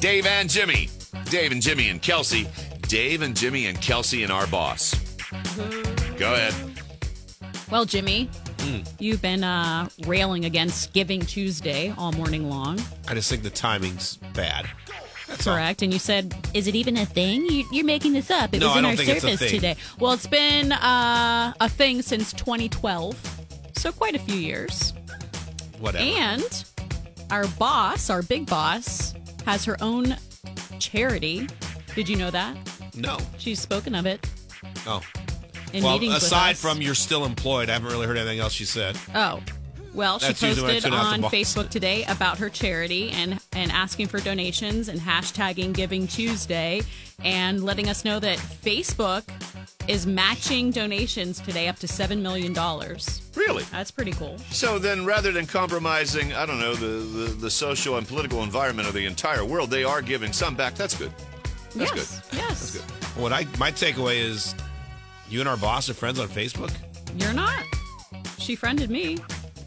Dave and Jimmy. Dave and Jimmy and Kelsey. Dave and Jimmy and Kelsey and our boss. Mm-hmm. Go ahead. Well, Jimmy, Hmm. you've been uh, railing against Giving Tuesday all morning long, I just think the timing's bad. That's all. correct? And you said, "Is it even a thing? You, you're making this up. It No, was I in don't our think it's a service thing. today." Well, it's been uh, a thing since 2012, so quite a few years. Whatever. And our boss, our big boss, has her own charity. Did you know that? no. She's spoken of it Oh. in well, meetings. with aside us. from you're still employed, I haven't really heard anything else you said. Oh. Well, she That's usually when I posted tune out the on box. Facebook today about her charity and, and asking for donations and hashtagging Giving Tuesday and letting us know that Facebook is matching donations today up to $7 million. That's Really? pretty cool. So then, rather than compromising, I don't know, the, the, the social and political environment of the entire world, they are giving some back. That's good. That's yes. Yes. What I my takeaway is, you and our boss are friends on Facebook. You're not. She friended me.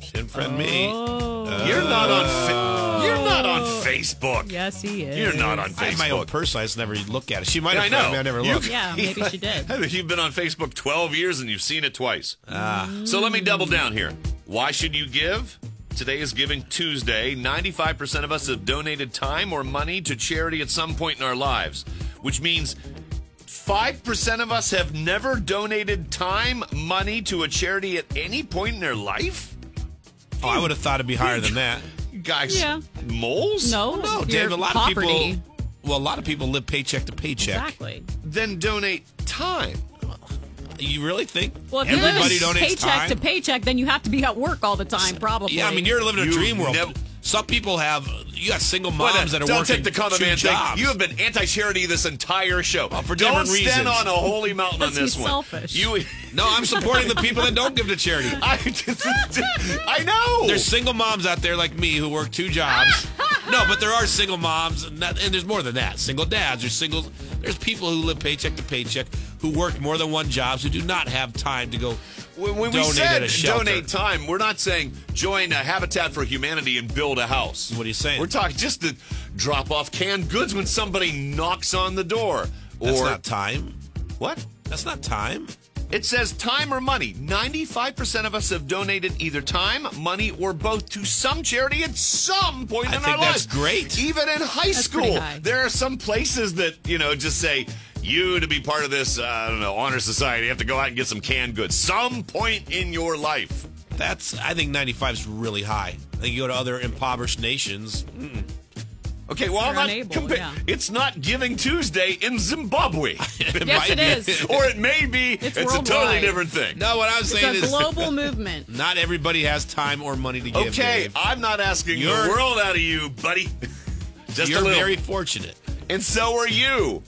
She didn't friend me. good. You're not on. Oh. Fa- you're not on Facebook. Yes, he is. You're not on I have my own Facebook. person. I just never look at it. She might Yeah, have I friended me. know. I never You- look. Yeah, maybe she did. I mean, You've been on Facebook 12 years and you've seen it twice. So let me double down here. Why should you give? Today is Giving Tuesday. 95% of us have donated time or money to charity at some point in our lives, which means 5% of us have never donated time, money to a charity at any point in their life? Oh, I would have thought it'd be higher than that. Guys, Yeah. moles? No, No, you're Dave. A lot poverty. of people. Well, a lot of people live paycheck to paycheck. Exactly. Then donate time. You really think Well, if everybody you live donates paycheck time? to paycheck, then you have to be at work all the time, probably. Yeah, I mean, you're living a You dream world. nev- Some people have. You got single Wait moms a that minute. are uh, don't working take the common two man jobs. Uh, thing. You have been anti-charity this entire show. for don't different stand reasons. on a holy mountain on Because this he's one. selfish. You, no, I'm supporting the people that don't give to charity. I, just- I know. There's single moms out there like me who work two jobs. no, but there are single moms, and, that, and there's more than that. Single dads, there's single. There's people who live paycheck to paycheck who work more than one jobs who do not have time to go. when, when we donate at said a shelter. donate time, we're not saying join a Habitat for Humanity and build a house. What are you saying? We're talking just to drop off canned goods when somebody knocks on the door. That's or not time. what? That's not time. It says time or money. 95% of us have donated either time, money, or both to some charity at some point I in think our lives. that's great. Even in high pretty school, high. there are some places that, you know, just say, you to be part of this, uh, I don't know, honor society, you have to go out and get some canned goods. Some point in your life. That's. I think 95 is really high. I think you go to other impoverished nations. Okay, well, I'm They're not unable, compa- yeah. It's not Giving Tuesday in Zimbabwe. Yes, it is. or it may be, It's a totally worldwide. different thing. No, what I'm saying It's a is global movement. not everybody has time or money to give. Okay, Dave. I'm not asking You're- the world out of you, buddy. Just you're a little. very fortunate. and so are you,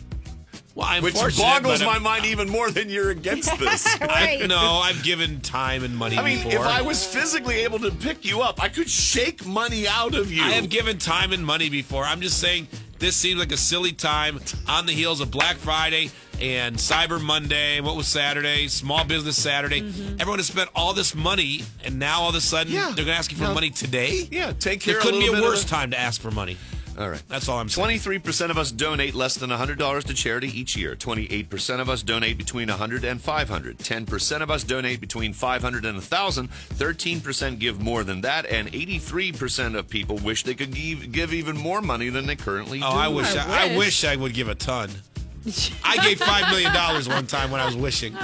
Well, I'm which fortunate, boggles but my I'm- mind even more than you're against this. I, no, I've given time and money I mean, before. if I was physically able to pick you up, I could shake money out of you. I have given time and money before. I'm just saying this seems like a silly time on the heels of Black Friday and Cyber Monday. What was Saturday? Small Business Saturday. Everyone has spent all this money, and now all of a sudden Mm-hmm. Yeah. they're going to ask you for No. money today. yeah, take care. There couldn't be little a bit of worse the- time to ask for money. All right. That's all I'm saying. 23% of us donate less than $100 to charity each year. 28% of us donate between 100 and 500. 10% of us donate between 500 and 1,000. 13% give more than that. And 83% of people wish they could give, give even more money than they currently Oh, do. I wish I I, I wish. wish I would give a ton. I gave five million dollars one time when I was wishing.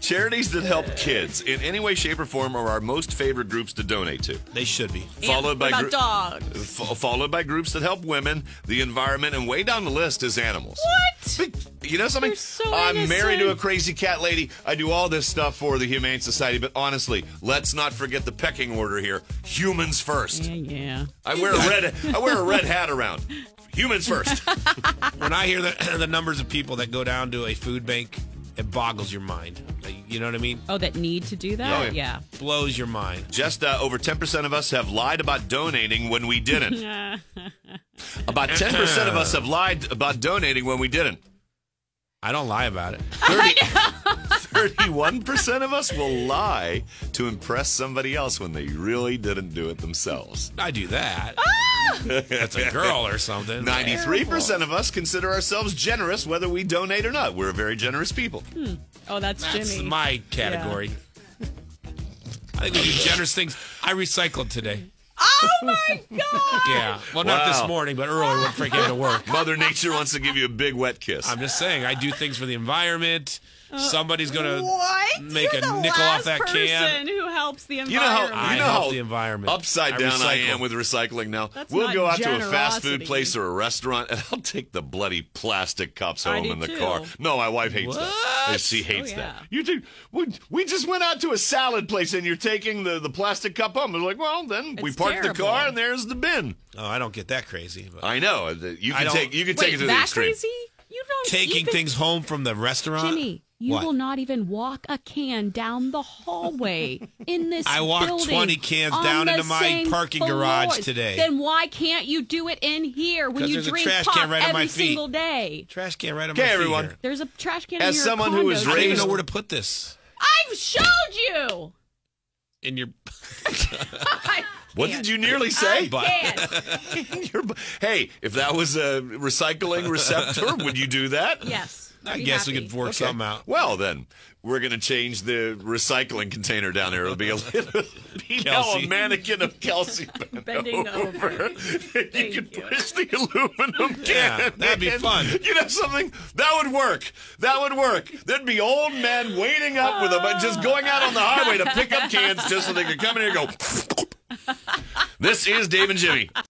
Charities that help kids in any way, shape, or form are our most favorite groups to donate to. They should be. And what about grou- dogs. F- followed by groups that help women, the environment, and way down the list is animals. What? But you know something? You're so I'm married to a innocent. crazy cat lady. I do all this stuff for the Humane Society, but honestly, let's not forget the pecking order here. Humans first. Yeah, yeah. I wear a red I wear a red hat around. Humans first. When I hear the, the numbers of people that go down to a food bank, it boggles your mind. Like, You know what I mean? Oh, that need to do that? Yeah. Yeah. Blows your mind. Just uh, over 10% of us have lied about donating when we didn't. About 10% of us have lied about donating when we didn't. I don't lie about it. 31% of us will lie to impress somebody else when they really didn't do it themselves. I do that. Ah! That's a girl or something. 93% of us consider ourselves generous whether we donate or not. We're very generous people. Oh, that's, That's Jimmy. my category. I think we do generous things. I recycled today. oh my god! Yeah. Well, not Wow. this morning, but earlier when Frank had to work. Mother Nature wants to give you a big wet kiss. I'm just saying, I do things for the environment. Somebody's going to Uh, What? make You're a the nickel off last that person can. who helps the you know how environment. you I know help how the environment. upside I down I, am recycle. with recycling now. That's we'll not go out to a fast food generosity. place or a restaurant and I'll take the bloody plastic cups I home do in the too. car. No, my wife hates that. What? She hates Oh, that. yeah. You do. We, we just went out to a salad place and you're taking the, the plastic cup home. I'm like, well, then we It's parked the terrible. car and there's the bin. Oh, I don't get that crazy. But I know. that You I can don't- take you can Wait, take it to that the extreme. crazy? You don't Taking even, things home from the restaurant. Jimmy, you What? will not even walk a can down the hallway in this. I walked building 20 cans on down the into my same parking garage floor. today. Then why can't you do it in here when 'Cause you there's a drink trash pop can right at every my feet. single day? Trash can right on Okay, my feet everyone. here. There's a trash can. As in your someone who condo, was I don't even raised- know Jimmy. where to put this. I've showed you. In your I What can't. did you nearly say? I can't. Your bu- hey, if that was a recycling receptor, would you do that? Yes. I Be guess we happy. could work Okay. something out. Well, then we're going to change the recycling container down there. It'll be a little, be now a Kelsey. mannequin of Kelsey bent Bending over. over. you can you. push the aluminum Yeah, can. that'd be in. fun. You know something? That would work. That would work. There'd be old men waiting up with them, just going out on the highway to pick up cans just so they could come in here and go. this is Dave and Jimmy.